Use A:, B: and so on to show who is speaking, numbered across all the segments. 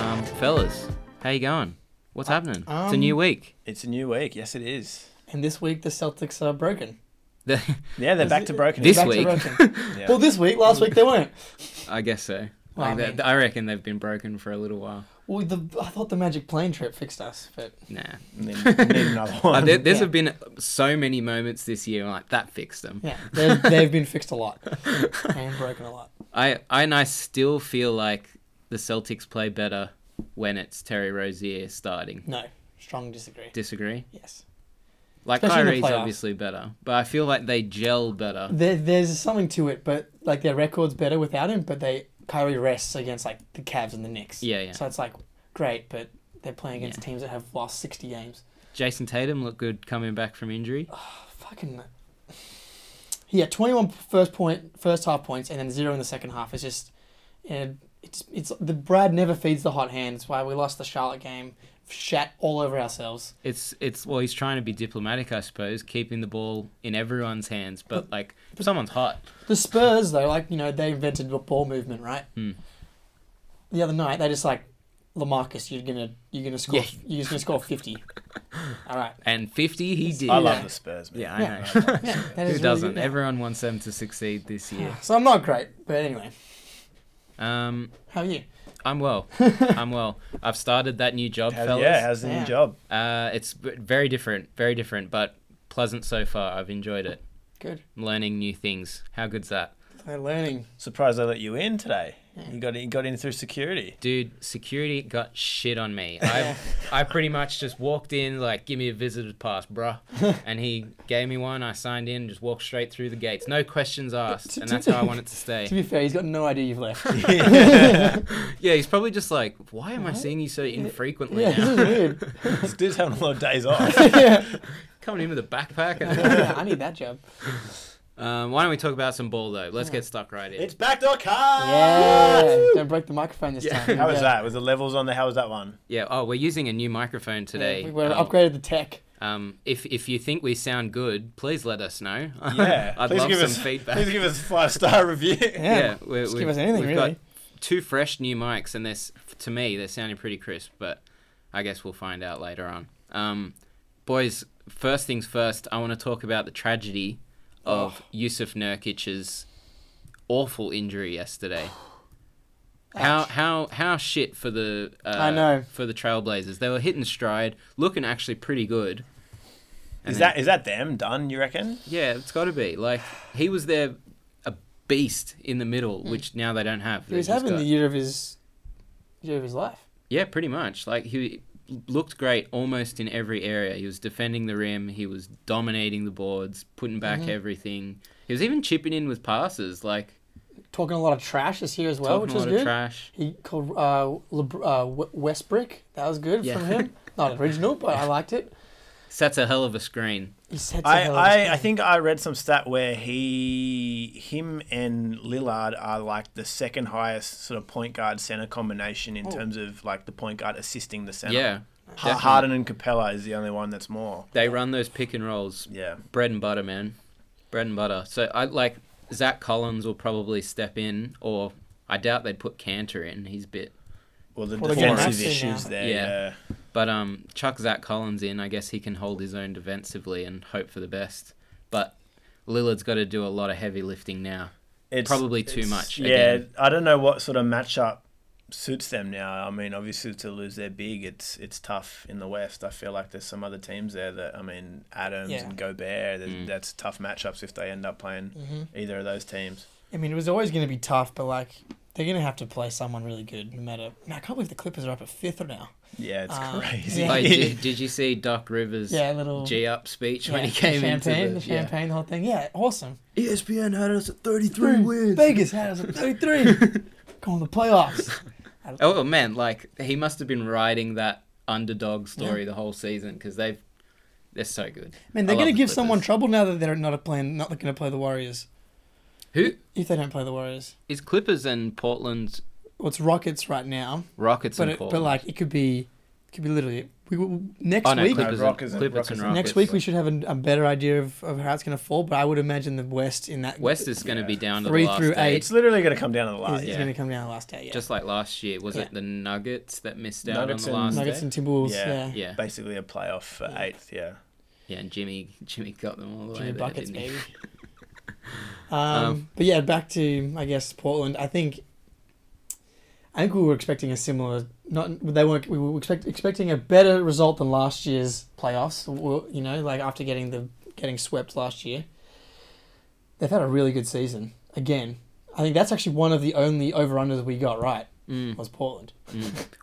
A: Um, Fellas, how you going? What's happening? it's a new
B: Uh, um,
A: week.
C: It's a new week. Yes, it is.
B: And this week the Celtics are broken.
C: Yeah, they're
B: Is
C: back
B: it-
C: to broken.
A: This
B: Back to
A: week?
B: broken.
C: Yeah.
B: Well, this week, last week they weren't.
A: I guess so.
B: Well,
A: Like
B: I
A: that-
B: mean-
A: I reckon they've been broken for a little while.
B: Well, the, I thought the magic plane trip fixed us, but
A: Nah.
C: Need, need another
A: Uh,
C: one.
A: there, there's
B: Yeah.
A: have been so many moments this year like that fixed them.
B: yeah, they've, they've been fixed a lot and broken a lot.
A: I, I and I still feel like the Celtics play better when it's Terry Rozier starting.
B: No, strong disagree.
A: Disagree.
B: Yes,
A: Like
B: Especially in the
A: Kyrie's
B: playoffs.
A: obviously better, but I feel like they gel better.
B: there, there's something to it, but like their record's better without him. But they Kyrie rests against like the Cavs and the Knicks.
A: Yeah, yeah.
B: So it's like great, but they're playing against teams that have lost sixty games.
A: Jason Tatum looked good coming back from injury.
B: Fucking. Yeah, 21 first point, first half points, and then zero in the second half. It's just, yeah, it's it's the Brad never feeds the hot hand. It's why we lost the Charlotte game, shat all over ourselves.
A: It's it's well he's trying to be diplomatic I suppose, keeping the ball in everyone's hands, but like someone's hot.
B: The Spurs though, like you know, they invented the ball movement, right?
A: Hmm.
B: The other night they just like, Lamarcus, you're gonna you're gonna score,
A: Yeah.
B: you're just gonna score fifty. all right.
A: And 50 he did.
C: I
B: Yeah.
C: love the Spurs, man.
A: Yeah, I know.
C: I love the
B: Yeah, that
C: Spurs.
B: is
A: Who
B: really
A: doesn't?
B: good, yeah.
A: Everyone wants them to succeed this year.
B: So I'm not great, but anyway,
A: Um,
B: how are you?
A: I'm well. I'm well. I've started that new job,
C: How's-
A: fellas.
C: yeah, how's the
B: Yeah.
C: new job?
A: Uh, it's v- very different, very different, but pleasant so far. I've enjoyed it.
B: Good.
A: I'm learning new things. How good's that?
B: I'm learning.
C: Surprised they let you in today.
B: Yeah.
C: You got in, got in through security.
A: Dude, security got shit on me. I I pretty much just walked in like, give me a visitor's pass, bruh. And he gave me one. I signed in, just walked straight through the gates, no questions asked, and that's how I want it to
B: To
A: stay.
B: be fair, he's got no idea you've left.
A: Yeah, he's probably just like, why am I
B: What?
A: seeing you so infrequently
B: yeah, this
A: now?
B: is weird.
C: This dude's having a lot of days off.
B: yeah.
A: Coming in with a backpack. And...
B: I need that job.
A: um, why don't we talk about some ball though? Let's get stuck right in.
C: it's back to
B: Yeah. Don't break the microphone this
A: Yeah.
B: time.
C: How was
B: Yeah.
C: that? Was the levels on the? How was that one?
A: Yeah. Oh, we're using a new microphone today.
B: we have
A: Um,
B: upgraded the tech.
A: Um, if if you think we sound good, please let us know.
C: Yeah.
A: I'd
C: please
A: love
C: give
A: some
C: us,
A: feedback.
C: Please give us a five star review.
B: Yeah.
A: we
B: just give us anything,
A: we've
B: really.
A: got two fresh new mics, and this to me they're sounding pretty crisp. But I guess we'll find out later on. Um, boys, first things first. I want to talk about the tragedy
B: Oh.
A: of Yusuf Nurkic's awful injury yesterday. How how how shit for the uh,
B: I know.
A: for the Trailblazers. They were hitting stride, looking actually pretty good. And
C: Is
A: then-
C: that is that them done? You reckon?
A: yeah, it's got to be. Like he was there, a beast in the middle, which now they don't have.
B: Hmm. He was
A: They've just
B: having the
A: got-
B: year of his year of his life.
A: yeah, pretty much. Like he looked great almost in every area. He was defending the rim. He was dominating the boards, putting back
B: Mm-hmm.
A: everything. He was even chipping in with passes, like
B: Talking a lot of trash this year as well,
A: talking
B: which
A: a
B: was
A: lot
B: good.
A: of trash.
B: he called uh, Lebr- uh, W- Westbrook. That was good
A: Yeah.
B: from him. Not original, but I liked it.
A: Sets a hell of a screen.
B: He said to
C: I,
B: her,
C: I, I think I read some stat where he him and Lillard are like the second highest sort of point guard center combination in terms of like the point guard assisting the center.
A: Yeah,
C: Ha-
A: definitely.
C: Harden and Capella is the only one that's more.
A: they run those pick and rolls
C: Yeah.
A: bread and butter, man. Bread and butter. So I like Zach Collins will probably step in, or I doubt they'd put Cantor in. He's bit,
C: Well, the
B: Well, they're
A: getting
C: defensive
B: Maxey now.
C: issues there.
A: Yeah.
C: Yeah.
A: but um, chuck Zach Collins in. I guess he can hold his own defensively and hope for the best. But Lillard's got to do a lot of heavy lifting now.
C: It's
A: Probably too much,
C: Yeah.
A: again.
C: I don't know what sort of matchup suits them now. I mean, obviously to lose their big, it's it's tough in the West. I feel like there's some other teams there that I mean, Adams
B: Yeah.
C: and Gobert. there's-
A: Mm.
C: That's tough matchups if they end up playing
B: Mm-hmm.
C: either of those teams.
B: I mean, it was always going to be tough, but like they're going to have to play someone really good, no matter. Man, I can't believe the Clippers are up at fifth now.
C: Yeah, it's
B: Uh,
C: crazy.
B: yeah.
A: Like, did, did you see Doc Rivers'
B: Yeah, a little.
A: G up speech when
B: yeah,
A: he came
B: the
A: into
B: champagne,
A: the,
B: the champagne, the whole thing. Yeah, awesome.
A: Yeah. ESPN had us at 33
B: Hmm.
A: wins.
B: Vegas had us at 33. Going to the playoffs.
A: Oh man, like he must have been riding that underdog story the whole season because they've they're so good.
B: Man,
A: I love
B: they're going to
A: the
B: give someone
A: Clippers.
B: trouble now that they're not playing, not going to play the Warriors.
A: Who
B: If they don't play the Warriors,
A: is Clippers and Portland
B: well, it's Rockets right now,
A: Rockets
B: but
A: and
B: it,
A: Portland.
B: but like it could be Could be literally it. We, we, next
A: oh no,
B: week.
A: Clippers,
C: No,
A: and,
C: Rockers and-
A: Clippers and
C: Rockers
A: Rockets.
C: and-
B: Next week we should have a, a better idea of, of how it's going to fall, but I would imagine the West in that
A: West is going to
C: Yeah.
A: be down to
B: Three
A: the last
B: through
A: day.
B: eight.
C: It's literally going to come down to the
B: is,
C: last.
A: yeah.
B: going to come down the last day. Yeah,
A: Just like last year, was
B: Yeah.
A: it the Nuggets that missed out
C: Nuggets
A: on
C: and-
A: the last
B: Nuggets
A: day?
B: and Timberwolves.
C: Yeah.
B: Yeah,
A: Yeah,
C: Basically a playoff for eighth. Yeah.
A: yeah, and Jimmy, Jimmy got them all the way
B: Jimmy
A: there,
B: buckets,
A: didn't he?
B: baby. um, but yeah, back to I guess Portland. I think I think we were expecting a similar. Not they weren't. We were expect, expecting a better result than last year's playoffs. w- You know, like after getting the getting swept last year, they've had a really good season again. I think that's actually one of the only over unders we got right
A: Mm.
B: was Portland.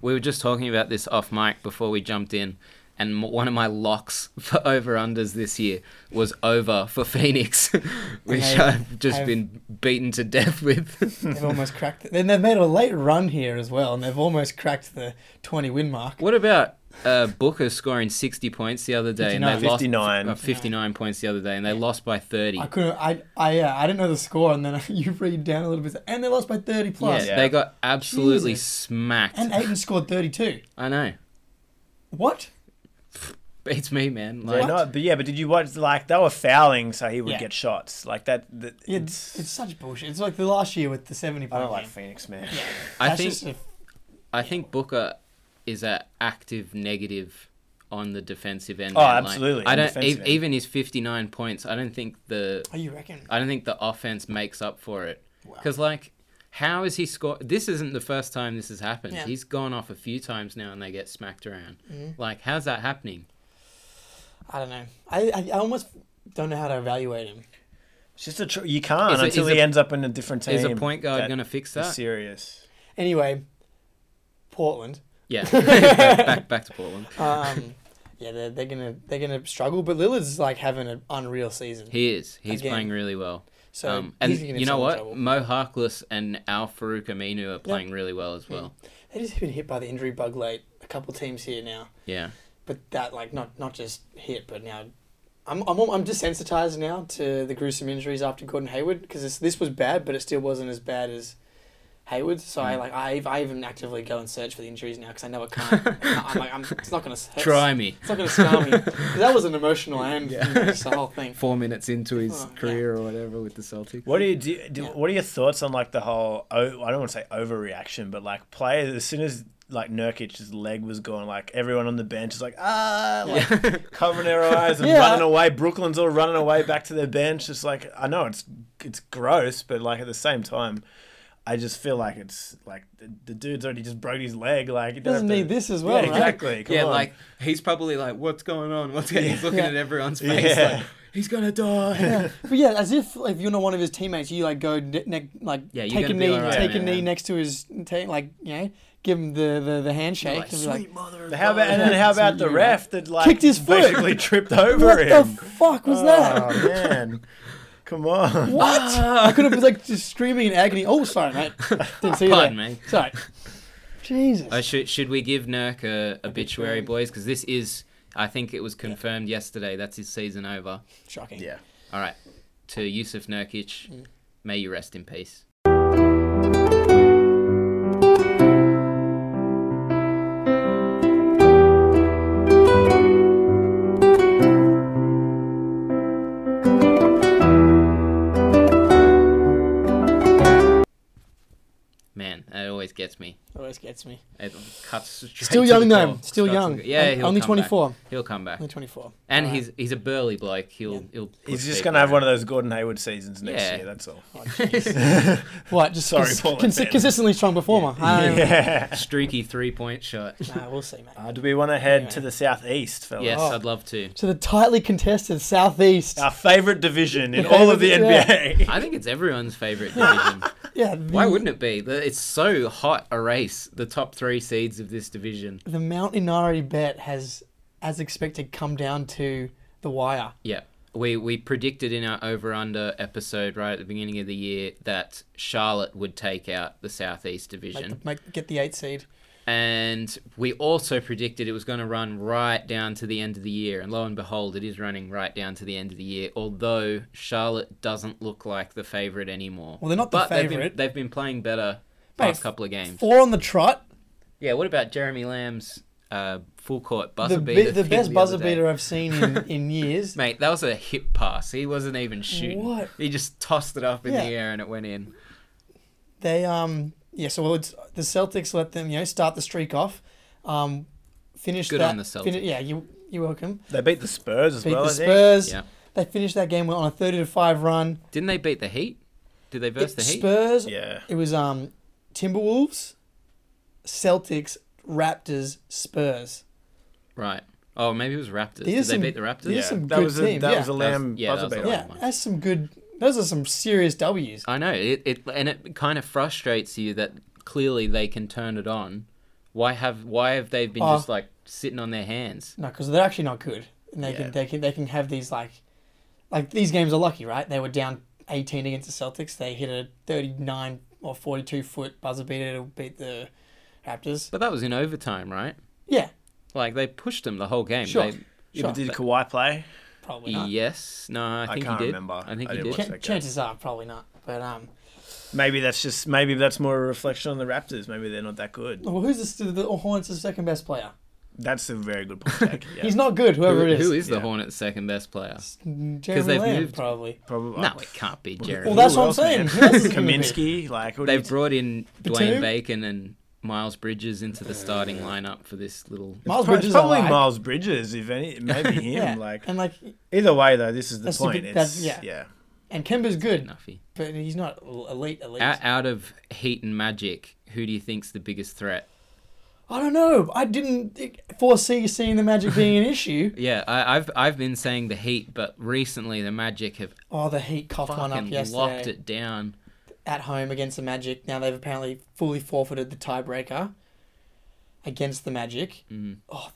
A: We were just talking about this off mic before we jumped in, and m- one of my locks for over unders this year was over for Phoenix, which
B: And I-
A: I've just
B: I've-
A: been beaten to death with.
B: They've almost cracked. Then they've made a late run here as well, and they've almost cracked the twenty win mark.
A: what about uh, Booker scoring 60 points the other day and they
B: 59.
A: lost
C: 59.
A: uh, 59 points the other day and they lost by 30.
B: I couldn't. I I uh, I didn't know the score, and then you read down a little bit, and they lost by thirty plus,
A: yeah, they got absolutely
B: Jesus.
A: smacked.
B: and Aiton scored thirty two.
A: I know.
B: What?
A: Beats me, man.
C: They're
A: Like,
C: not, but yeah, but did you watch? Like they were fouling, so he would
B: Yeah.
C: get shots. Like that. that
B: Yeah,
C: it's,
B: It's, it's such bullshit. It's like the last year with the seventy
C: I
B: point
C: don't like
B: game.
C: Phoenix, man.
A: Oh, I
B: That's
A: think-
B: just a-
A: I think Booker is an active negative on the defensive end.
C: Oh,
A: man. Like,
C: absolutely,
A: I
C: on
A: don't
C: defensive
A: e-
C: end.
A: even his fifty nine points. I don't think the
B: oh, you reckon?
A: I don't think the offense makes up for it.
B: Wow.
A: Because like, how is he score? This isn't the first time this has happened.
B: Yeah. Mm-hmm.
A: He's gone off a few times now, and they get smacked around. Like, how's that happening?
B: I don't know. I, I I almost don't know how to evaluate him.
C: It's just a tr- you can't
A: Is it-
C: until
A: is
C: he
A: a-
C: ends up in a different team.
A: Is a point guard
C: that
A: going to fix
C: is
A: that?
C: serious?
B: Anyway, Portland.
A: yeah. back back to Portland.
B: Um, yeah, they're, they're gonna they're gonna struggle, but Lillard's like having an unreal season.
A: He is. He's
B: Again.
A: playing really well.
B: So
A: um, and
B: he's gonna
A: you know
B: have
A: what?
B: trouble.
A: Mo Harkless and Al Farouk Aminu are playing really well as well.
B: They just been hit by the injury bug late. A couple teams here now.
A: Yeah.
B: but that like not not just hit, but now I'm I'm I'm desensitized now to the gruesome injuries after Gordon Hayward because this this was bad, but it still wasn't as bad as Hayward. So
A: Mm.
B: I like I I even actively go and search for the injuries now because I know it can't. I'm like I'm, it's not gonna hurt.
A: Try me.
B: It's not gonna scar me. 'Cause That was an emotional end. you know, just the whole thing.
A: four minutes into his
B: Oh, yeah.
A: career or whatever with the Celtics.
C: What do you do? do
B: Yeah.
C: What are your thoughts on like the whole? Oh, I don't want to say overreaction, but like players as soon as like Nurkic's leg was gone, like everyone on the bench is like ah, like covering their eyes and
B: Yeah.
C: running away. Brooklyn's all running away back to their bench. It's like I know it's it's gross, but like at the same time. I just feel like it's like the, the dude's already just broke his leg. Like he
B: Doesn't need this as well,
C: Yeah,
B: right?
C: exactly. Come
A: yeah,
C: on.
A: like he's probably like, "What's going on? What's going-" He's looking
B: Yeah.
A: at everyone's face
C: Yeah.
A: like, "He's gonna die."
B: But yeah, as if if you're not one of his teammates, you like go ne- ne- like
A: Yeah, you're
B: take
A: gonna
B: a
A: be
B: knee,
A: alright,
B: take a
A: man.
B: knee next to his ta- like you know, give him the the, the handshake and be like,
A: mother.
C: How about and then how about the ref that like
B: Kicked his foot.
C: basically tripped over
B: what
C: him?
B: the fuck was that?
C: Oh man, come on.
B: What? I could have been like just screaming in agony. Oh, sorry, mate. Didn't see you
A: Pardon
B: there.
A: me.
B: Sorry. Jesus.
A: Uh, should should we give Nurk a obituary, boys? Because this is, I think it was confirmed yesterday. That's his season over.
B: Shocking.
C: Yeah.
A: All right, to Yusuf Nurkic,
B: Mm.
A: may you rest in peace. Man, that always gets me.
B: Always gets me.
A: It cuts straight
B: Still
A: to
B: young
A: the
B: though.
A: core.
B: Still
A: Cuts
B: young.
A: to the- Yeah,
B: Um,
A: he'll come
B: only
A: back.
B: 24.
A: He'll come back,
B: Only 24.
A: and
B: All right.
A: he's he's a burly bloke. He'll he'll.
C: He's just
A: push people
C: gonna have
A: around.
C: one of those Gordon Hayward seasons next
A: Yeah.
C: year. That's all.
B: Oh, What? Just
C: Sorry,
B: cons-
C: Portland
B: consi-
C: fans.
B: consistently strong performer. Um,
C: Yeah.
A: streaky three point shot.
B: nah, we'll see, mate.
C: Uh, do we want to head to the southeast, fellas?
A: Yes,
B: Oh.
A: I'd love to.
B: To the tightly contested southeast.
C: Our favorite division in all of the
B: Yeah.
C: NBA.
A: I think it's everyone's favorite division.
B: yeah. The,
A: Why wouldn't it be? The- It's so hot a race. The top three seeds of this division.
B: the Mount Inari bet has, as expected, come down to the wire.
A: Yeah, we we predicted in our over under episode right at the beginning of the year that Charlotte would take out the southeast
B: Make, the,
A: division,
B: make get the eight seed.
A: and we also predicted it was going to run right down to the end of the year. And lo and behold, it is running right down to the end of the year. Although Charlotte doesn't look like the favorite anymore.
B: Well, they're not the
A: but they've been- They've
B: favourite.
A: been, playing better
B: Mate,
A: past couple of games.
B: Four on the trot.
A: Yeah, what about Jeremy Lamb's uh, full court buzzer
B: the be-
A: beater.
B: the
A: thing
B: best
A: other
B: buzzer
A: day.
B: beater I've seen in, in years.
A: Mate, that was a hip pass. He wasn't even shooting.
B: What?
A: He just tossed it up in
B: Yeah.
A: the air and it went in.
B: They um yeah, so it's, the Celtics let them you know start the streak off, um, finish
A: Good
B: that.
A: on the
B: fini- yeah, you you're welcome.
C: They beat the Spurs as
B: Beat
C: well.
B: the
C: I think.
B: Spurs.
A: Yeah.
B: They finished that game on a thirty to five run.
A: Didn't they beat the Heat? Did they verse
B: It-
A: the Heat?
B: Spurs.
C: Yeah.
B: It was um Timberwolves, Celtics, Raptors, Spurs.
A: right. Oh, maybe it was Raptors.
B: These are
A: Did
B: some-
A: they beat the Raptors?
B: these
C: Yeah.
B: are some
C: that
B: good
C: was a,
B: teams,
C: that
B: yeah.
C: was a
A: That was-
C: lamb
A: yeah, that
C: buzzer
A: was a
C: beater.
A: lamb.
B: Yeah,
A: Like-
B: that's some good. Those are some serious W's.
A: I know. It, it and it kind of frustrates you that clearly they can turn it on. Why have why have they been
B: Oh.
A: just like sitting on their hands?
B: No, because they're actually not good, and they
C: Yeah.
B: can they can they can have these like, like these games are lucky, right? They were down eighteen against the Celtics. They hit a thirty nine or forty two foot buzzer beater to beat the Raptors.
A: But that was in overtime, right?
B: Yeah,
A: Like they pushed them the whole game.
B: Sure.
A: They-
C: Yeah, but
B: Sure.
C: did Kawhi play?
B: probably not.
A: yes. No, I
C: I
A: think
C: can't
A: he did.
C: remember.
A: I think
C: I
A: he
C: didn't
A: did.
C: watch
B: Ch-
C: that game.
B: chances are probably not. But um,
C: Maybe that's just maybe that's more a reflection on the Raptors. Maybe they're not that good.
B: well, who's the, the Hornets' second best player?
C: That's a very good point. Jack. Yeah.
B: He's not good. Whoever
A: Who-
B: it is,
A: who is the
C: Yeah.
A: Hornets' second best player?
B: Jeremy
A: they've
B: Lamb,
A: moved-
B: probably.
C: probably.
A: No, it can't be Jeremy.
B: Well, that's
C: Who
B: what I'm
C: else,
B: saying.
C: man?
B: Who else is gonna be?
C: Kaminsky, like what do you
A: They've brought in Dwayne
B: Batum?
A: Bacon and Miles Bridges into the starting lineup for this little.
B: Miles
C: Pro- it's
B: Bridges, I
C: probably
B: like.
C: Miles Bridges, if any, maybe him.
B: Yeah,
C: Like
B: and like
C: either way, though, this is the
B: That's the
C: point.
B: big-
C: it's,
B: that's-
C: yeah.
B: yeah. and Kemba's good,
A: Nuffy.
B: but he's not elite. Elite.
A: Out, out of Heat and Magic, who do you think's the biggest threat?
B: I don't know. I didn't foresee seeing the Magic being an issue.
A: Yeah, I, I've I've been saying the Heat, but recently the Magic have
B: Oh, the Heat coughed one up
A: fucking
B: yesterday
A: locked it down.
B: at home against the Magic. Now they've apparently fully forfeited the tiebreaker against the Magic.
A: Mhm.
B: Oh,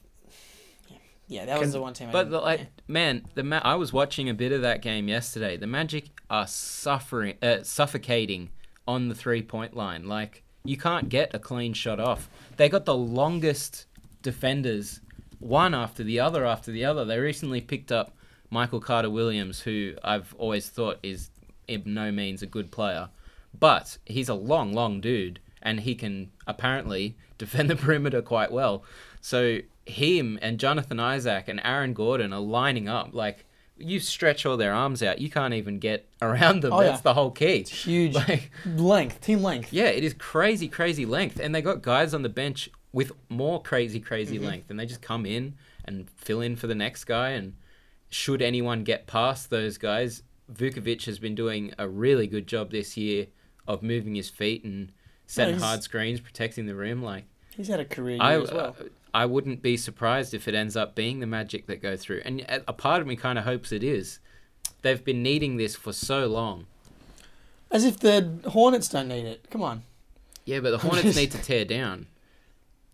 B: yeah, that was
C: Can-
B: the one team. I
A: But
B: didn't-
A: the, like,
B: yeah.
A: man, the ma- I was watching a bit of that game yesterday. The Magic are suffering, uh, suffocating on the three point line. Like you can't get a clean shot off. They got the longest defenders, one after the other after the other. They recently picked up Michael Carter Williams, who I've always thought is in no means a good player, but he's a long, long dude, and he can apparently defend the perimeter quite well. So him and Jonathan Isaac and Aaron Gordon are lining up like you stretch all their arms out, you can't even get around them.
B: Oh,
A: That's
B: yeah.
A: the whole key.
B: huge
A: Like,
B: length, team length.
A: yeah, it is crazy, crazy length, and they got guys on the bench with more crazy, crazy
B: Mm-hmm.
A: length, and they just come in and fill in for the next guy. And should anyone get past those guys, Vukovic has been doing a really good job this year of moving his feet and setting
B: he's-
A: hard screens, protecting the rim. Like
B: He's had a career year
A: I,
B: as well.
A: I wouldn't be surprised if it ends up being the Magic that go through, and a a part of me kind of hopes it is. They've been needing this for so long.
B: As if the Hornets don't need it. Come on.
A: Yeah, but the Hornets need to tear down.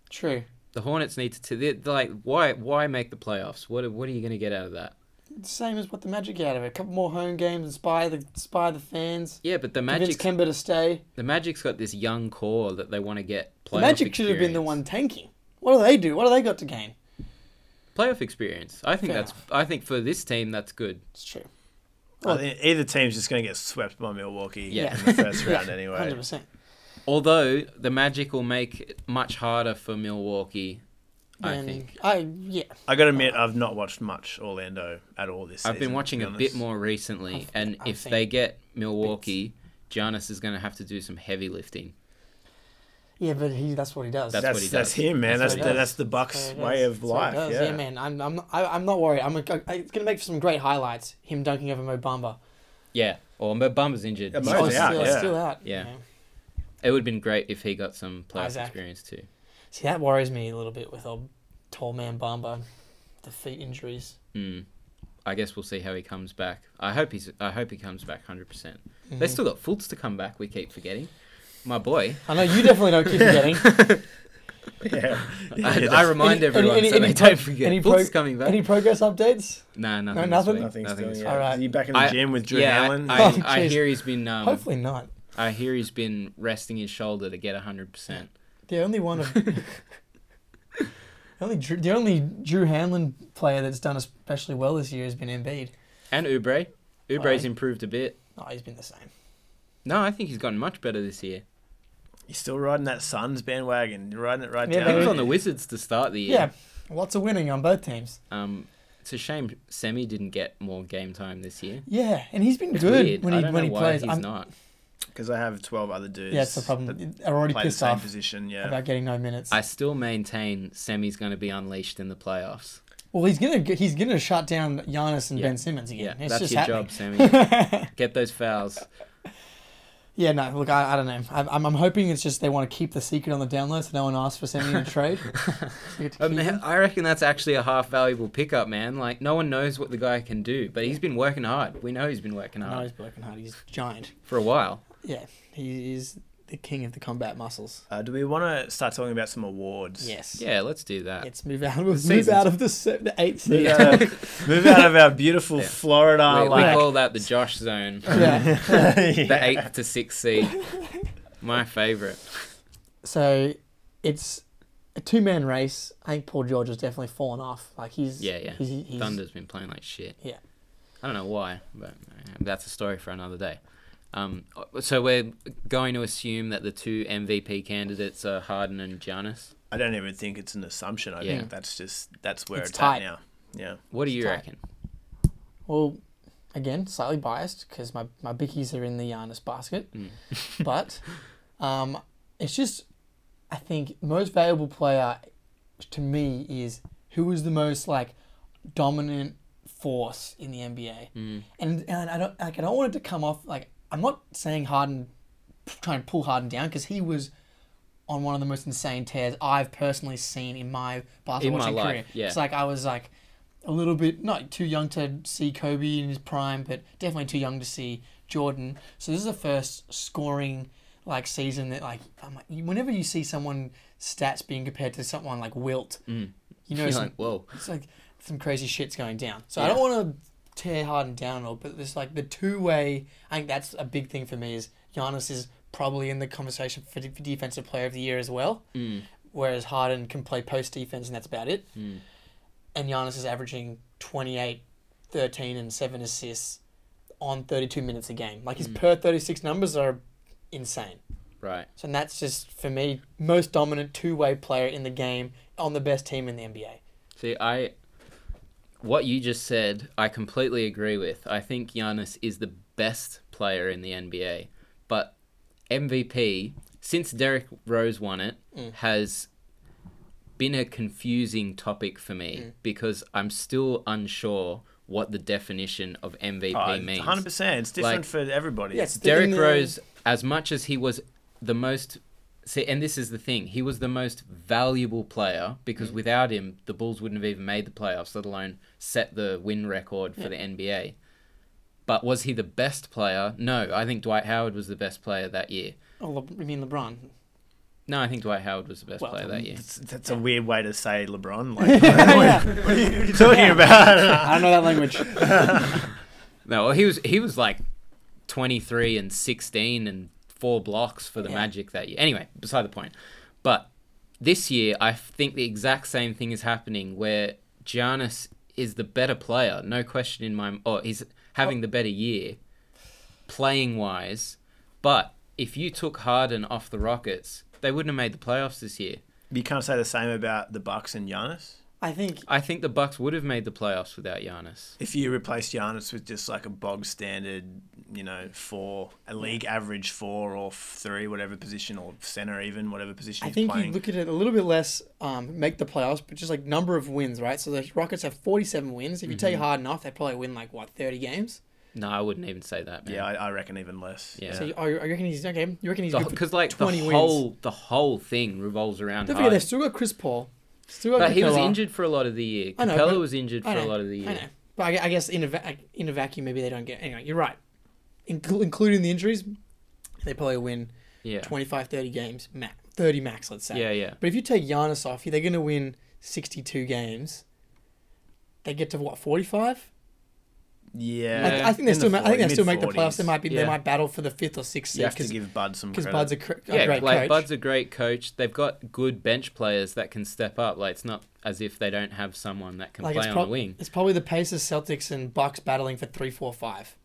B: True.
A: The Hornets need to. t- They're, they're like, why? Why make the playoffs? What? What are you going to get out of that?
B: It's the same as what the Magic get out of it. A couple more home games, inspire the inspire the fans.
A: Yeah, but the Magic.
B: Magic Kemba to stay.
A: the Magic's got this young core that they want to get. Playoff
B: The Magic should have been the one
A: experience.
B: tanking. What do they do? What do they got to gain?
A: Playoff experience. I think
B: Fair
A: that's. I think for this team, that's good.
B: It's true.
C: I think either team's just going to get swept by Milwaukee
A: Yeah.
C: in the first round anyway.
B: Hundred percent.
A: Although the Magic will make it much harder for Milwaukee. I
B: And
A: think
B: I yeah.
C: I got to admit, I've not watched much Orlando at all this season.
A: I've been watching
C: to
A: a
C: be
A: bit
C: honest.
A: more recently,
B: I've-
A: and
B: I've
A: if
B: seen
A: they get Milwaukee, Giannis is going to have to do some heavy lifting.
B: Yeah, but he that's what he does.
A: That's
C: That's
A: what he
C: that's
A: does.
C: him, man. That's,
A: That's what
B: he
C: the,
B: does.
C: that's the
B: That's
C: Bucks
B: what he
C: way
B: does.
C: of
B: That's
C: life.
B: what he
C: Yeah.
B: does. man. I'm I'm I, I'm not worried. I'm a, I, it's gonna make for some great highlights. Him dunking over Mo Bamba.
A: Yeah. Or Mbamba's injured.
C: Yeah,
A: He's
C: Mo's
A: also-
B: He's
C: out,
B: still,
C: yeah.
B: still out.
A: Yeah.
B: you know.
A: It would have been great if he got some playoff
B: Isaac.
A: experience too.
B: See, that worries me a little bit with old tall man Bamba, the feet injuries.
A: Hmm. I guess we'll see how he comes back. I hope he's. I hope he comes back 100. percent
B: Mm-hmm.
A: They still got Fultz to come back. We keep forgetting. My boy.
B: I know you definitely don't keep forgetting.
C: Yeah. Yeah,
A: I,
C: that's-
A: I remind
B: Any-
A: everyone
B: any-
A: so
B: any
A: they
B: pro-
A: don't forget.
B: any
A: Fultz
B: pro-
A: is coming back.
B: Any progress updates?
A: Nah, nothing.
B: No,
A: this
B: nothing?
A: week.
C: Nothing's
A: Nothing
C: doing
A: this
C: it.
A: week.
B: All right.
C: Is he back in the
A: I-
C: gym with Drew
A: yeah,
C: Allen?
A: I,
B: Oh,
A: I, I
B: jeez.
A: hear he's been. Um,
B: Hopefully not.
A: I hear he's been resting his shoulder to get 100. percent
B: The only one of the only Drew, the only Drew Hanlon player that's done especially well this year has been Embiid.
A: And Ubre. Ubre's
B: Alright.
A: improved a bit.
B: Oh, he's been the same.
A: No, I think he's gotten much better this year.
C: You're still riding that Suns bandwagon. You're riding it right
B: Yeah,
C: down.
B: they
A: He was
C: there.
A: on the Wizards to start the year.
B: Uh, Yeah, lots of winning on both teams.
A: Um, it's a shame Semi didn't get more game time this year.
B: Yeah, and he's been
A: It's
B: good
A: weird.
B: when
A: I
B: he
A: don't
B: when
A: know
B: he
A: why
B: plays.
A: he's
B: I'm-
A: not.
C: Because I have 12 other dudes.
B: Yeah, that's the
C: that
B: problem. They're already
C: play the
B: pissed
C: same
B: off
C: position, yeah.
B: about getting no minutes.
A: I still maintain Semi's going to be unleashed in the playoffs.
B: Well, he's gonna he's gonna shut down Giannis and
A: Yeah.
B: Ben Simmons
A: Yeah,
B: again. it's
A: that's
B: just
A: your
B: happening.
A: job, Semi. Get those fouls.
B: Yeah, no, look, I, I don't know. I, I'm, I'm hoping it's just they want to keep the secret on the down low so no one asks for sending a trade. You get to
A: Um,
B: keep him.
A: I reckon that's actually a half valuable pickup, man. Like no one knows what the guy can do, but he's been working hard. We know he's been working
B: No,
A: hard
B: he's broken hard. He's giant.
A: for a while.
B: Yeah, he is the king of the combat muscles.
C: Uh, do we want to start talking about some awards?
B: Yes.
A: Yeah, let's do that.
B: Let's move out. Let's
A: Seasons.
B: move out of the, se- the eighth
C: Move
B: seed.
C: out of, move out of our beautiful
A: Yeah.
C: Florida.
A: we, we
C: like,
A: call that the Josh zone,
B: Uh, Yeah.
A: the eighth to sixth seed. My favorite.
B: So it's a two man race. I think Paul George has definitely fallen off. Like he's
A: Yeah, yeah.
B: He's, he's,
A: Thunder's been playing like shit.
B: Yeah.
A: I don't know why, but uh, that's a story for another day. Um, so we're going to assume that the two MVP candidates are Harden and Giannis.
C: I don't even think it's an assumption. I
A: Yeah.
C: think that's just that's where
B: It's
C: it's,
B: tight.
C: at now. Yeah.
A: What do you
B: Tight.
A: reckon?
B: Well, again, slightly biased because my, my bickies are in the Giannis basket. but um, it's just, I think, most valuable player to me is who is the most, like, dominant force in the NBA. And, and I don't like I don't want it to come off like I'm not saying Harden trying to pull Harden down because he was on one of the most insane tears I've personally seen in my
A: In
B: basketball
A: my
B: watching
A: life,
B: career.
A: yeah.
B: It's like I was like a little bit not too young to see Kobe in his prime, but definitely too young to see Jordan. So this is the first scoring like season that like I'm like whenever you see someone stats being compared to someone like Wilt, Mm. you know
A: You're
B: some-
A: like, whoa.
B: it's like some crazy shit's going down. So I
A: Yeah.
B: don't want to tear Harden down at all, but it's like the two way. I think that's a big thing for me. Is Giannis is probably in the conversation for, de- for defensive player of the year as well, whereas Harden can play post defense and that's about it.
A: Mm,
B: And Giannis is averaging 28, 13, and seven assists on 32 minutes a game. Like his per 36 numbers are insane.
A: Right.
B: So and that's just for me most dominant two way player in the game on the best team in the NBA.
A: See, I what you just said, I completely agree with. I think Giannis is the best player in the NBA, but MVP since Derek Rose won it has been a confusing topic for me because I'm still unsure what the definition of MVP
C: Oh,
A: means.
C: 100%. It's different
A: Like-
C: for everybody.
B: Yes,
A: Derek
B: In the-
A: Rose, as much as he was the most, see, and this is the thing, he was the most valuable player because
B: Mm.
A: without him, the Bulls wouldn't have even made the playoffs, let alone set the win record for the NBA. But was he the best player? No, I think Dwight Howard was the best player that year.
B: Oh, Le- you mean LeBron?
A: No, I think Dwight Howard was the best
B: Well,
A: player that year.
C: That's, that's a weird way to say LeBron. Like, what, what are you, what are you talking about?
B: I don't know that language.
A: No, well, he was he was like twenty three and sixteen and four blocks for the
B: Yeah.
A: Magic that year. Anyway, beside the point. But this year, I think the exact same thing is happening where Giannis is the better player, no question in my or he's having the better year, playing wise. But if you took Harden off the Rockets, they wouldn't have made the playoffs this year.
C: you can't say the same about the Bucks and Giannis.
B: I think
A: I think the Bucks would have made the playoffs without Giannis.
C: If you replace Giannis with just like a bog standard, you know, four, a league average four or three, whatever position, or center even, whatever position
B: I
C: he's
B: think
C: playing.
B: you look at it a little bit less. Um, make the playoffs, but just like number of wins, right? So the Rockets have forty-seven wins. If you
A: Mm-hmm.
B: take Harden off, they probably win like what thirty games.
A: No, I wouldn't even say that, man.
C: yeah, I, I reckon even less.
A: Yeah.
B: So you, oh, you reckon he's okay? You reckon he's good for
A: because like
B: 20
A: the
B: wins.
A: whole the whole thing revolves around.
B: Don't forget,
A: Harden.
B: they've still got Chris Paul. Still got
A: But he was
B: Capella.
A: injured for a lot of the year.
B: I know,
A: Capella
B: but-
A: was injured for
B: I
A: a
B: know,
A: lot of the
B: I
A: year.
B: know, but I, I guess in a vac- in a vacuum, maybe they don't get. Anyway, you're right. Inclu- including the injuries, they probably win
A: Yeah.
B: 25, 30 games, ma- 30 max, let's say.
A: Yeah, yeah.
B: But if you take Giannis off, they're going to win 62 games. They get to what, 45?
C: Yeah.
B: Like, I think they
C: in
B: still
C: the
B: ma- I think they
C: 40s,
B: still make the playoffs. They
C: 40s.
B: might be
A: Yeah.
B: they might battle for the 5th or 6th
C: You
B: seed
C: have to
B: cuz
C: give Bud some credit.
B: Bud's a, cr- a
A: Yeah,
B: great
A: like
B: coach.
A: Bud's a great coach. They've got good bench players that can step up. Like it's not as if they don't have someone that can
B: like
A: play
B: it's,
A: on
B: prob-
A: the wing.
B: it's probably the Pacers, Celtics and Bucks battling for 3 4 5.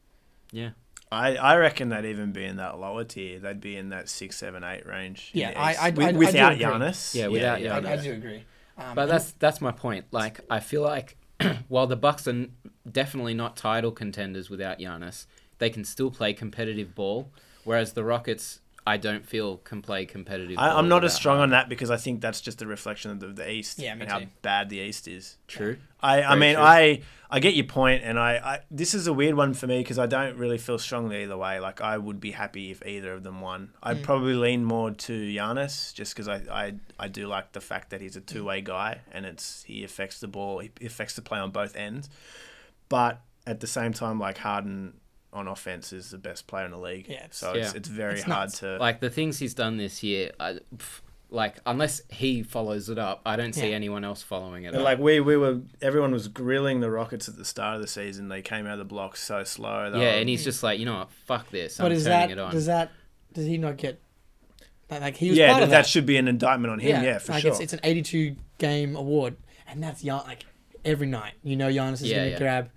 A: Yeah.
C: I, I reckon they'd even be in that lower tier. They'd be in that six, seven, eight range. in
B: Yeah,
C: the
B: I-
C: East.
B: I- I-
C: Wi-
B: I do
C: without
B: agree.
C: Giannis.
A: Yeah, without
B: I,
A: Giannis.
B: I do agree. Um,
A: But
B: and-
A: that's that's my point. Like I feel like while the Bucks are n- definitely not title contenders without Giannis, they can still play competitive ball. Whereas the Rockets, I don't feel can play competitive.
C: I,
A: ball
C: I'm not as
A: without
C: strong
A: Harden.
C: on that because I think that's just a reflection of the, the East
B: Yeah, me
C: and how
B: too.
C: bad the East is.
A: True.
C: I, I
A: Very
C: mean,
A: true.
C: I, I get your point, and I, I this is a weird one for me because I don't really feel strongly either way. Like, I would be happy if either of them won. I'd
A: Mm.
C: probably lean more to Giannis just because I, I, I do like the fact that he's a two
A: Mm.
C: way guy and it's he affects the ball, he affects the play on both ends. But at the same time, like, Harden on offense is the best player in the league.
B: Yeah, it's-
C: so it's,
A: Yeah.
C: it's very
B: It's
C: hard
B: nuts.
C: to.
A: Like the things he's done this year, I, pff, like unless he follows it up, I don't see
B: Yeah.
A: anyone else following it.
C: And
A: up.
C: like we we were everyone was grilling the Rockets at the start of the season. They came out of the blocks so slow. They
A: yeah,
C: were-
A: and he's just like, you know what, fuck this.
B: but
A: I'm
B: is
A: turning
B: that
A: it on.
B: does that does he not get like, like he was
C: yeah,
B: part
C: th-
B: of
C: that.
B: that?
C: should be an indictment on him. Yeah, for
B: like
C: sure.
B: It's, it's an 82 game award, and that's Gian, like every night. You know, Giannis is
A: Yeah,
B: going to
A: yeah.
B: grab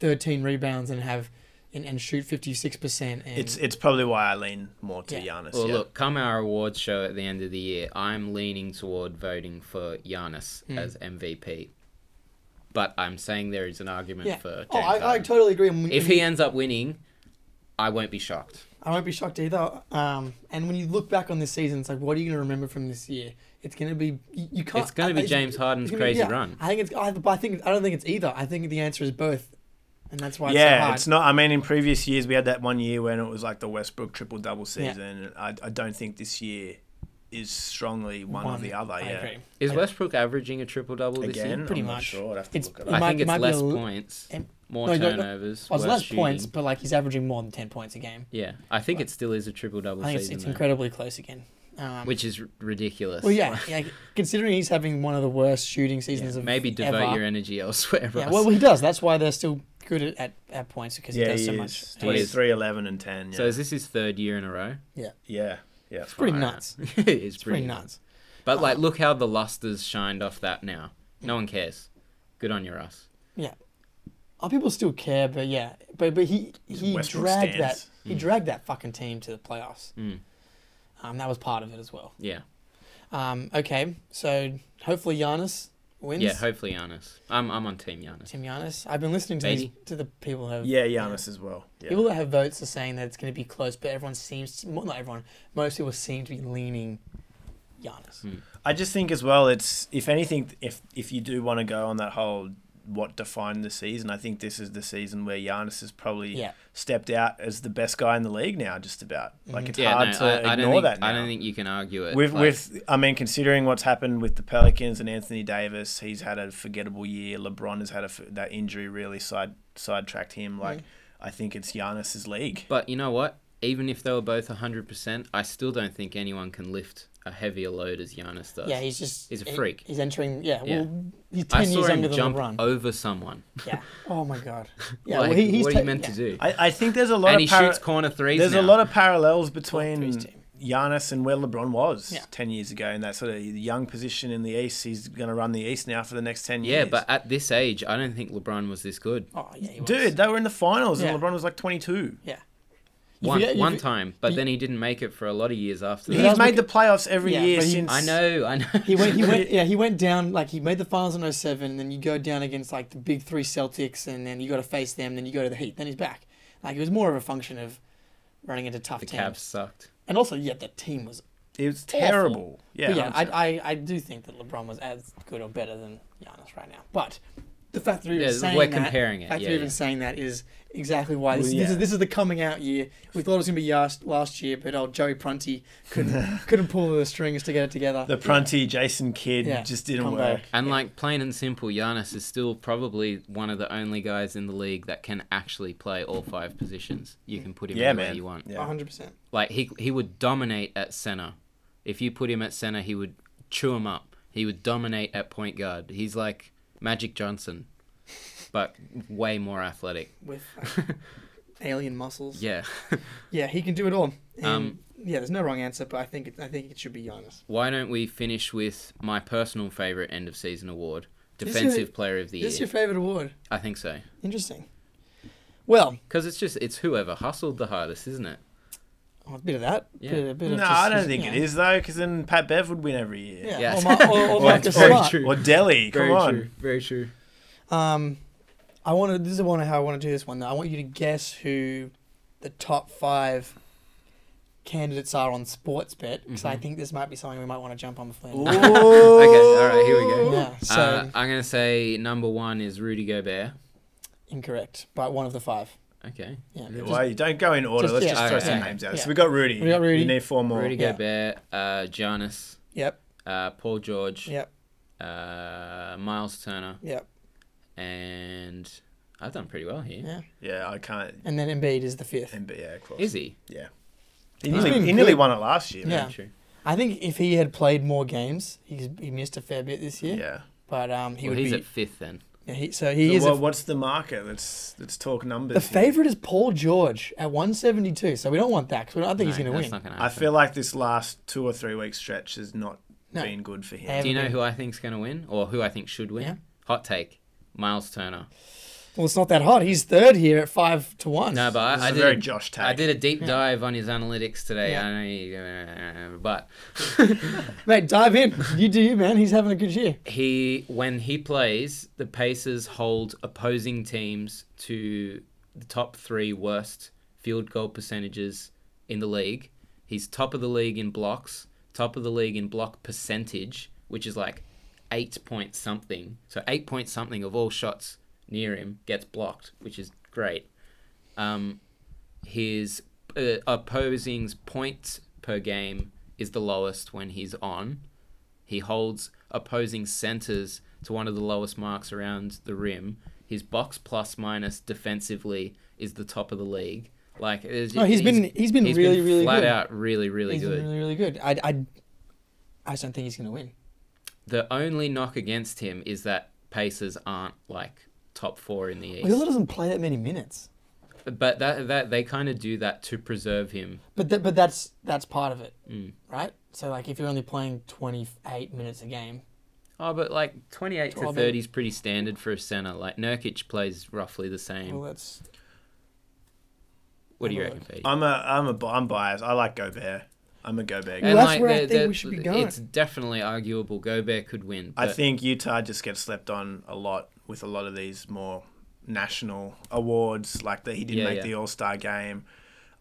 B: 13 rebounds and have and, and shoot 56 percent. And
C: it's it's probably why I lean more to
B: Yeah.
C: Giannis.
A: Well,
C: yeah.
A: look, come our awards show at the end of the year, I'm leaning toward voting for Giannis
B: Hmm.
A: as MVP. But I'm saying there is an argument
B: yeah.
A: for James
B: oh, I, I
A: Harden.
B: totally agree. And when-
A: if he ends up winning, I won't be shocked.
B: I won't be shocked either. Um, and when you look back on this season, it's like, what are you going to remember from this year? It's going to be you, you can't.
A: It's going to be
B: I-
A: James Harden's
B: it's gonna be-
A: crazy
B: yeah.
A: run.
B: I think it's. I, but I think I don't think it's either. I think the answer is both, and that's why. It's so
C: yeah,
B: hard.
C: it's not. I mean, in previous years we had that one year when it was like the Westbrook triple double season. I I don't think this year is strongly one, or the other.
B: I
C: Yeah,
B: agree.
A: Is Westbrook averaging a triple double this
C: again,
A: year?
B: Pretty
C: I'm not
B: much.
C: sure. I'd have to
B: It's-
C: look it
B: it
A: I
C: up.
B: might-
A: think it's
B: be
A: less
B: a l-
A: points,
B: em-
A: more
B: no, no, no.
A: turnovers.
B: Well, it's
A: worse
B: less
A: shooting.
B: points, but like he's averaging more than 10 points a game.
A: Yeah, I think it still is a triple double
B: I think it's,
A: season.
B: it's
A: though,
B: incredibly close again. Um,
A: Which is r- ridiculous.
B: well, yeah, yeah, considering he's having one of the worst shooting seasons of
A: Maybe devote
B: ever.
A: your energy elsewhere.
B: Yeah,
A: Russ.
B: well, he does. That's why they're still good at, at, at points because he
C: Yeah,
B: does
C: he
B: so
C: is.
B: much.
A: He is.
C: 23, 11, and 10. Yeah.
A: So is this his third year in a row?
C: yeah. Yeah.
B: Pretty
A: Wow.
B: nuts.
A: it's pretty,
B: Pretty
A: nuts.
B: nuts. Oh.
A: But like, look how the luster's shined off that now. No one cares. Good on you, Russ.
B: Oh, people still care, but yeah, but but he he
C: Westbrook Hmm.
B: dragged
C: stands.
B: that he dragged that fucking team to the playoffs.
A: Mm.
B: Um, that was part of it as well.
A: Yeah,
B: Um, okay, so hopefully Giannis wins.
A: yeah. Hopefully, Giannis. I'm I'm on team Giannis.
B: Team Giannis. I've been listening to these,
A: Baby.
B: to the people who have
C: Yeah, Giannis as well. Yeah.
B: People that have votes are saying that it's going to be close, but everyone seems to, well, not everyone, most people seem to be leaning Giannis.
C: I just think as well, it's if anything, if if you do want to go on that whole what defined the season, I think this is the season where Giannis has probably
B: Yeah.
C: stepped out as the best guy in the league now. Just about
B: Mm-hmm.
C: like it's
A: Yeah,
C: hard
A: no,
C: to
A: I, I don't
C: ignore
A: think,
C: that now.
A: I don't think you can argue it.
C: with
A: Like,
C: with I mean, considering what's happened with the Pelicans and Anthony Davis, he's had a forgettable year. LeBron has had a f that injury really side sidetracked him. Like
B: Mm-hmm.
C: I think it's Giannis's league.
A: but you know what? Even if they were both 100, percent I still don't think anyone can lift a heavier load as Giannis does.
B: Yeah, he's just.
A: He's a
B: he-
A: freak.
B: he's entering, yeah,
A: Yeah.
B: well, he's 10
A: I saw
B: years
A: him
B: younger than
A: jump
B: LeBron.
A: over someone.
B: yeah. Oh my God. Yeah,
A: like,
B: well, he, he's
A: what are
B: ta-
A: you meant
B: yeah.
A: to do?
C: I, I think there's a lot
A: and he
C: of para-
A: shoots corner threes.
C: There's a
A: now.
C: lot of parallels
B: Threes
C: between
B: team.
C: Giannis and where LeBron was
B: Yeah.
C: 10 years ago in that sort of young position in the East. He's going to run the East now for the next 10
A: Yeah,
C: years.
A: but at this age, I don't think LeBron was this good.
B: Oh, yeah, he was.
C: Dude, they were in the finals
B: Yeah.
C: and LeBron was like 22.
B: Yeah. You
A: One,
B: forget- you
A: one
B: for-
A: time, but
B: you-
A: then he didn't make it for a lot of years after
C: He's
A: that.
B: does
C: made
B: look-
C: the playoffs every
B: Yeah,
C: year
B: but he-
C: since.
A: I know, I know.
B: He went, he went, yeah, he went down, like, he made the finals in 07, and then you go down against, like, the big three Celtics, and then you got to face them, then you go to the Heat, then he's back. Like, it was more of a function of running into tough
A: the
B: teams.
A: Cavs sucked.
B: And also, yeah, the team was
C: It was terrible. Yeah.
B: but yeah,
C: I,
B: I, I, I do think that LeBron was as good or better than Giannis right now. But the fact that you're
A: Yeah,
B: saying
A: we're
B: that,
A: comparing it,
B: fact that
A: yeah,
B: you're even
A: yeah.
B: saying that is exactly why this,
C: Well,
B: this
C: yeah.
B: is this is the coming out year. We thought it was gonna be last, last year, but old Joey Prunty couldn't couldn't pull the strings to get it together.
C: the Prunty Jason Kidd
B: Yeah,
C: just didn't
B: combo.
C: work.
A: And like plain and simple, Giannis is still probably one of the only guys in the league that can actually play all five positions. You can put him
C: Yeah,
A: anywhere
C: man.
A: you want.
C: Yeah.
B: 100. percent
A: Like he he would dominate at center. If you put him at center, he would chew him up. He would dominate at point guard. He's like Magic Johnson, but way more athletic.
B: with like, alien muscles. Yeah.
A: Yeah.
B: he can do it all. And,
A: Um,
B: yeah, there's no wrong answer, but I think it, I think it should be Giannis.
A: Why don't we finish with my personal favorite end of season award,
B: This is-
A: defensive player of the
B: Is this
A: year?
B: your favorite award?
A: I think so.
B: Interesting. Well,
A: Because it's just it's whoever hustled the hardest, isn't it?
B: oh, a bit of that.
A: Yeah.
B: Bit, a bit
C: No,
B: of just,
C: I don't think
B: you
C: it
B: know.
C: is though, because then Pat Bev would win every year.
B: Yeah.
A: Yeah.
B: Or, Ma- or, or
C: Or,
A: Well,
B: Marcus
A: it's very
B: Smart.
A: true.
C: or Delhi. Come on.
A: Very true.
B: Um, I want to. This is one how I want to do this one though. I want you to guess who the top five candidates are on sports bet because
A: Mm-hmm.
B: I think this might be something we might want to jump on before.
C: Ooh.
B: the end.
A: Okay, all right, here we go.
B: Oh. Yeah. So
A: Uh, I'm gonna say number one is Rudy Gobert.
B: incorrect, but one of the five.
A: Okay.
B: Yeah.
A: Just-
C: Why you don't go in order?
B: just-
C: Let's
B: yeah,
C: just throw
A: okay.
C: some
A: Yeah.
C: names out.
B: Yeah.
C: So we got Rudy.
B: We got Rudy.
C: We need four more.
A: Rudy
B: Yeah.
A: Gobert, uh, Giannis,
B: Yep.
A: uh, Paul George,
B: Yep.
A: uh, Miles Turner,
B: Yep.
A: and I've done pretty well here.
B: Yeah.
C: Yeah, I can't.
B: And then Embiid is the fifth.
C: And, but yeah, of course.
A: Is he?
C: he
B: He's
C: nearly,
B: been
C: he nearly
B: good.
C: won it last year. man.
B: Yeah.
A: True.
B: I think if he had played more games, he's, he missed a fair bit this year.
C: Yeah.
B: But um, he
A: well,
B: would
A: he's
B: be.
A: at fifth then.
B: yeah, he, so he
C: So
B: is. a-
C: what- what's the market? Let's let's talk numbers.
B: the
C: here.
B: favorite is Paul George at 172. So we don't want that because I don't think he's
A: No,
B: going to
A: that's
B: win.
A: not gonna
C: I
A: happen.
C: feel like this last two or three week stretch has not
B: No.
C: been good for him.
B: Ev-
A: Do you know who I think's gonna win, or who I think should win?
B: Yeah.
A: Hot take: Miles Turner.
B: Well, it's not that hot. He's third here at five to one.
A: No, but
C: This
A: I, I
C: is a
A: did.
C: very
A: a-
C: Josh take.
A: I did a deep dive on his analytics today. I
B: Yeah.
A: know, uh, but
B: mate, dive in. You do you, man. He's having a good year.
A: he when he plays, the Pacers hold opposing teams to the top three worst field goal percentages in the league. He's top of the league in blocks, top of the league in block percentage, which is like eight point something. So eight point something of all shots near him gets blocked, which is great. Um, his uh, opposing's points per game is the lowest when he's on. He holds opposing centers to one of the lowest marks around the rim. His box plus minus defensively is the top of the league. Like it's-
B: No, he's been- he's been really, really
A: flat
B: good.
A: out really really
B: he's
A: good.
B: really, really good. I, I, I just don't think he's going to win.
A: The only knock against him is that Pacers aren't like top four in the East.
B: Lillard doesn't play that many minutes.
A: But that that they kind of do that to preserve him.
B: But th- but that's that's part of it, right? So like, if you're only playing 28 minutes a game,
A: Oh, but like 28 to
B: Twelve
A: 30 is pretty standard for a center. Like Nurkic plays roughly the
B: well, uh,
A: same.
B: that's
A: What do you
B: have a
A: reckon, Pete?
C: I'm a I'm a I'm biased. I like Gobert. I'm a Gobert. guy.
B: Well, that's where I
A: the-
B: think
A: the-
B: we should be going.
A: It's definitely arguable. Gobert could win.
C: I
A: but-
C: think Utah just gets slept on a lot with a lot of these more national awards, like that he didn't
A: Yeah,
C: make
A: yeah.
C: the All Star game.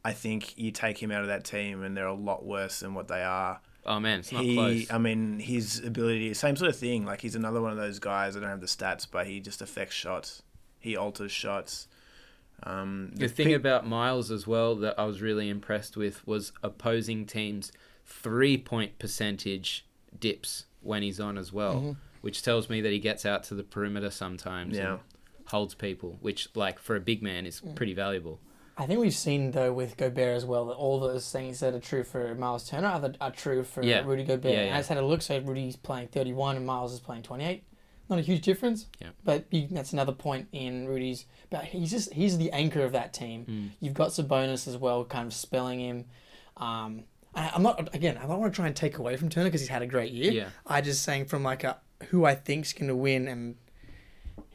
C: I think you take him out of that team, and they're a lot worse than what they are.
A: Oh man, it's not
C: he, um,
A: close.
C: I mean, his ability, same sort of thing. Like he's another one of those guys. I don't have the stats, but he just affects shots. He alters shots. Um,
A: the thing about Miles as well that I was really impressed with was opposing teams' three point percentage dips when he's on as well,
B: Mm-hmm.
A: which tells me that he gets out to the perimeter sometimes
C: Yeah.
A: and holds people, which like for a big man is
B: Mm.
A: pretty valuable.
B: I think we've seen though with Gobert as well that all those things that are true for Miles Turner are, the, are true for
A: Yeah.
B: Rudy Gobert.
A: Yeah,
B: And
A: yeah.
B: I just had a look, so Rudy's playing 31 and Miles is playing 28. Not a huge difference,
A: Yeah.
B: but you, that's another point in Rudy's. But he's just he's the anchor of that team.
A: Hmm.
B: You've got Sabonis as well, kind of spelling him. Um, I, I'm not again. I don't want to try and take away from Turner because he's had a great year.
A: Yeah.
B: I just saying from like a, who I think's going to win and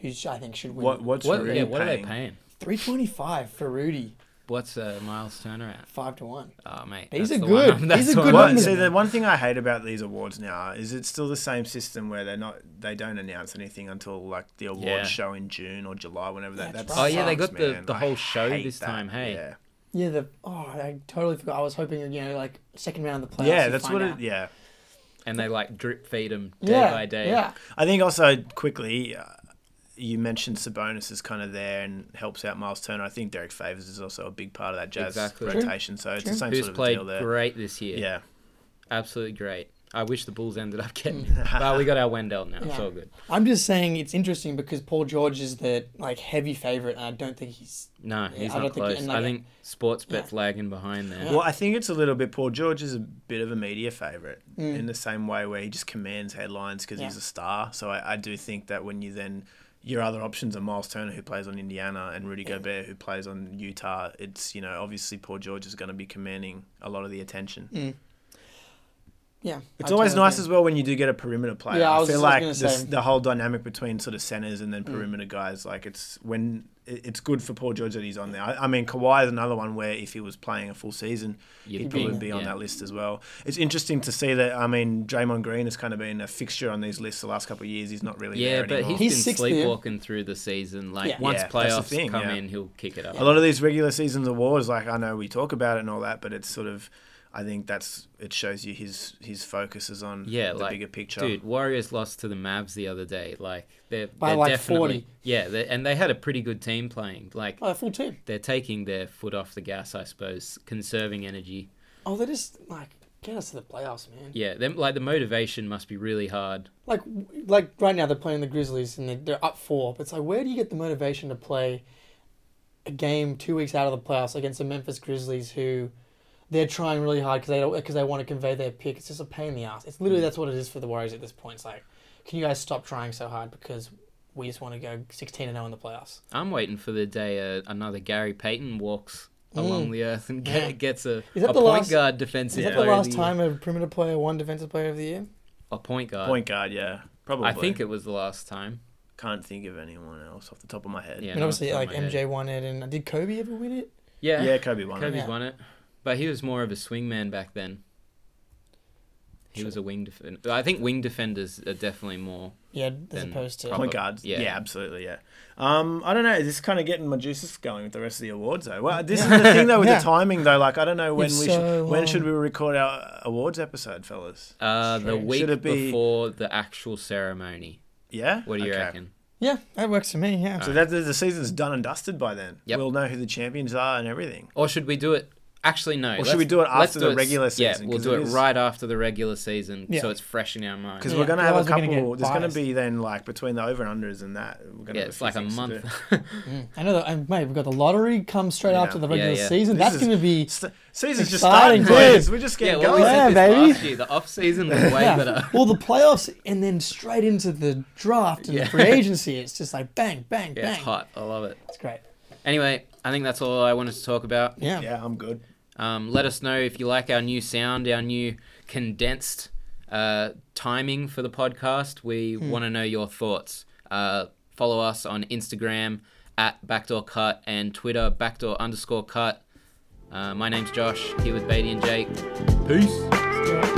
B: who sh- I think should win.
C: what what's
A: What,
C: Rudy
A: yeah, what are they
C: paying?
A: paying?
B: 325 for Rudy,
A: What's uh, Miles Turner at?
B: five to one.
A: Oh mate,
B: These
A: that's
B: are
A: the one
B: good.
A: I'm-
B: These
A: that's
B: are
A: the
B: good
A: one I'm-
B: numbers.
C: See, the one thing I hate about these awards now is it's still the same system where they're not they don't announce anything until like the award
A: Yeah.
C: show in June or July, whenever that.
B: That's
C: That's
B: right.
A: Oh, yeah, they got the-
C: man.
A: the
C: I
A: whole show
C: hate
A: this
C: that.
A: time, hey?
C: yeah,
B: Yeah, the oh, I totally forgot. I was hoping you know, like second round of the playoffs.
C: yeah,
B: you
C: that's
B: find
C: what.
B: out.
C: It, yeah,
A: and they like drip feed him day
B: yeah,
A: by day.
B: Yeah,
C: I think also quickly. Uh, you mentioned Sabonis is kind of there and helps out Miles Turner. I think Derek Favors is also a big part of that Jazz
A: Exactly. True.
C: rotation. So it's the
B: True.
C: same
A: Who's
C: sort of
A: played
C: deal there.
A: great this year?
C: Yeah,
A: absolutely great. I wish the Bulls ended up getting. but we got our Wendell now. It's
B: Mm. Yeah.
A: all good.
B: I'm just saying it's interesting because Paul George is the like heavy favorite, and I don't think he's.
A: No, he's not
B: I don't think he-
A: close.
B: and, like,
A: I think sports
B: yeah.
A: bet's lagging behind there.
C: Well, I think it's a little bit Paul George is a bit of a media favorite in the same way where he just commands headlines because he's
B: Mm. Yeah.
C: a star. So I, I do think that when you then your other options are Miles Turner who plays on Indiana and Rudy Gobert who plays on Utah, it's you know obviously Paul George is going to be commanding a lot of the attention.
B: yeah.
C: It's
B: I
C: always
B: totally
C: nice
B: agree.
C: as well when you do get a perimeter player.
B: Yeah, I
C: I,
B: was-
C: feel
B: I was
C: like
B: gonna
C: this,
B: say. Mm.
C: the whole dynamic between sort of centers and then perimeter guys, like it's when it- it's good for Paul George that he's on there. I, I mean, Kawhi is another one where if he was playing a full season,
A: You'd
C: he'd
A: be-
C: probably be on
A: yeah.
C: that list as well. It's interesting to see that. I mean, Draymond Green has kind of been a fixture on these lists the last couple of years. He's not really
A: Yeah,
C: there
A: but
C: anymore.
A: he's,
B: He's
A: been
B: sixth there.
A: sleepwalking through the season. Like
B: Yeah.
A: once
C: Yeah, that's the
A: playoffs
C: thing,
A: come
C: yeah.
A: in, he'll kick it up.
C: a lot of these regular seasons awards, like I know we talk about it and all that, but it's sort of, I think that's it shows you his his focus is on
A: Yeah,
C: the
A: like,
C: bigger picture.
A: Dude, Warriors lost to the Mavs the other day. Like they're,
B: By,
A: they're
B: like,
A: definitely
B: 40.
A: yeah, they and they had a pretty good team playing. Like
B: Oh, full team.
A: they're taking their foot off the gas, I suppose, conserving energy.
B: Oh, they just like get us to the playoffs, man.
A: Yeah, them like the motivation must be really hard.
B: Like, like right now they're playing the Grizzlies and they're, they're up four. But it's like, where do you get the motivation to play a game two weeks out of the playoffs against the Memphis Grizzlies, who they're trying really hard because they don't because they want to convey their pick. It's just a pain in the ass. It's
A: Mm.
B: literally that's what it is for the Warriors at this point. It's like, can you guys stop trying so hard because we just want to go sixteen and zero in the playoffs.
A: I'm waiting for the day uh, another Gary Payton walks along the earth and
B: Mm. Yeah.
A: get, gets a,
B: Is that
A: a
B: the
A: point
B: last-
A: guard
B: Is
A: defensive
B: that the
A: player of
B: last
A: year.
B: time a perimeter player won defensive player of the year?
A: a point guard.
C: Point guard, yeah, probably.
A: I think it was the last time.
C: Can't think of anyone else off the top of my head.
A: Yeah,
B: and
A: no,
B: obviously,
A: it's on
B: like
A: my head.
B: MJ won it, and did Kobe ever win it?
A: Yeah,
C: yeah, Kobe won.
A: Kobe's
B: Yeah.
A: won it, but he was more of a swingman back then. He
B: Sure.
A: was a wing defender. I think wing defenders are definitely more.
B: Yeah, as
A: Then
B: opposed to
A: probably-
C: Point guards,
A: yeah.
C: Oh yeah. absolutely, yeah. Um, I don't know. This is kind of getting my juices going with the rest of the awards, though. Well, this is the thing though with
B: Yeah.
C: the timing, though. Like, I don't know when
B: It's
C: we
B: so
C: should, when
B: long.
C: should we record our uh, awards episode, fellas?
A: Uh, the
B: Should
A: week
C: it be-
A: before the actual ceremony.
C: Yeah.
A: What do you
C: Okay.
A: reckon?
B: Yeah, that works for me. Yeah.
C: So that the the season's done and dusted by then.
A: Yep.
C: We'll know who the champions are and everything.
A: Or should we do it? Actually, no.
C: Or should
A: let's-
C: we do it
A: let's
C: after the
A: s-
C: regular
A: Yeah,
C: season,
A: we'll
C: 'cause
A: do
C: it
A: it
C: is-
A: right after the regular season,
B: Yeah.
A: so it's fresh in our mind.
C: Because
B: Yeah,
C: we're gonna have a
B: otherwise we're
C: couple.
B: gonna get
C: there's gonna
B: biased.
C: be then like between the over and unders and that. We're gonna
A: yeah,
C: have
A: it's
C: few
A: like a
C: things to
A: month.
C: do.
B: I know that, and mate, we've got the lottery come straight
C: Yeah.
B: after the
A: Yeah,
B: regular
A: yeah.
B: season.
C: This
B: That's
C: is-
B: going to be.
C: St- season's just
B: Exciting,
C: starting, boys.
B: dude.
C: We're just
A: yeah,
C: getting
A: well, we
C: going.
A: said
B: Yeah,
A: this
B: baby.
A: last year. The off season was way
B: Yeah.
A: better.
B: well, the playoffs and then straight into the draft and
A: Yeah.
B: the free agency. It's just like bang, bang,
A: Yeah,
B: bang.
A: it's hot. I love it.
B: It's great.
A: Anyway, I think that's all I wanted to talk about.
B: Yeah.
C: Yeah, I'm good.
A: Um, let us know if you like our new sound, our new condensed uh, timing for the podcast. We want to know your thoughts. Uh, follow us on Instagram at Backdoor Cut and Twitter Backdoor underscore Cut. Uh, my name's Josh. Here with Beatty and Jake. Peace.
B: It's great.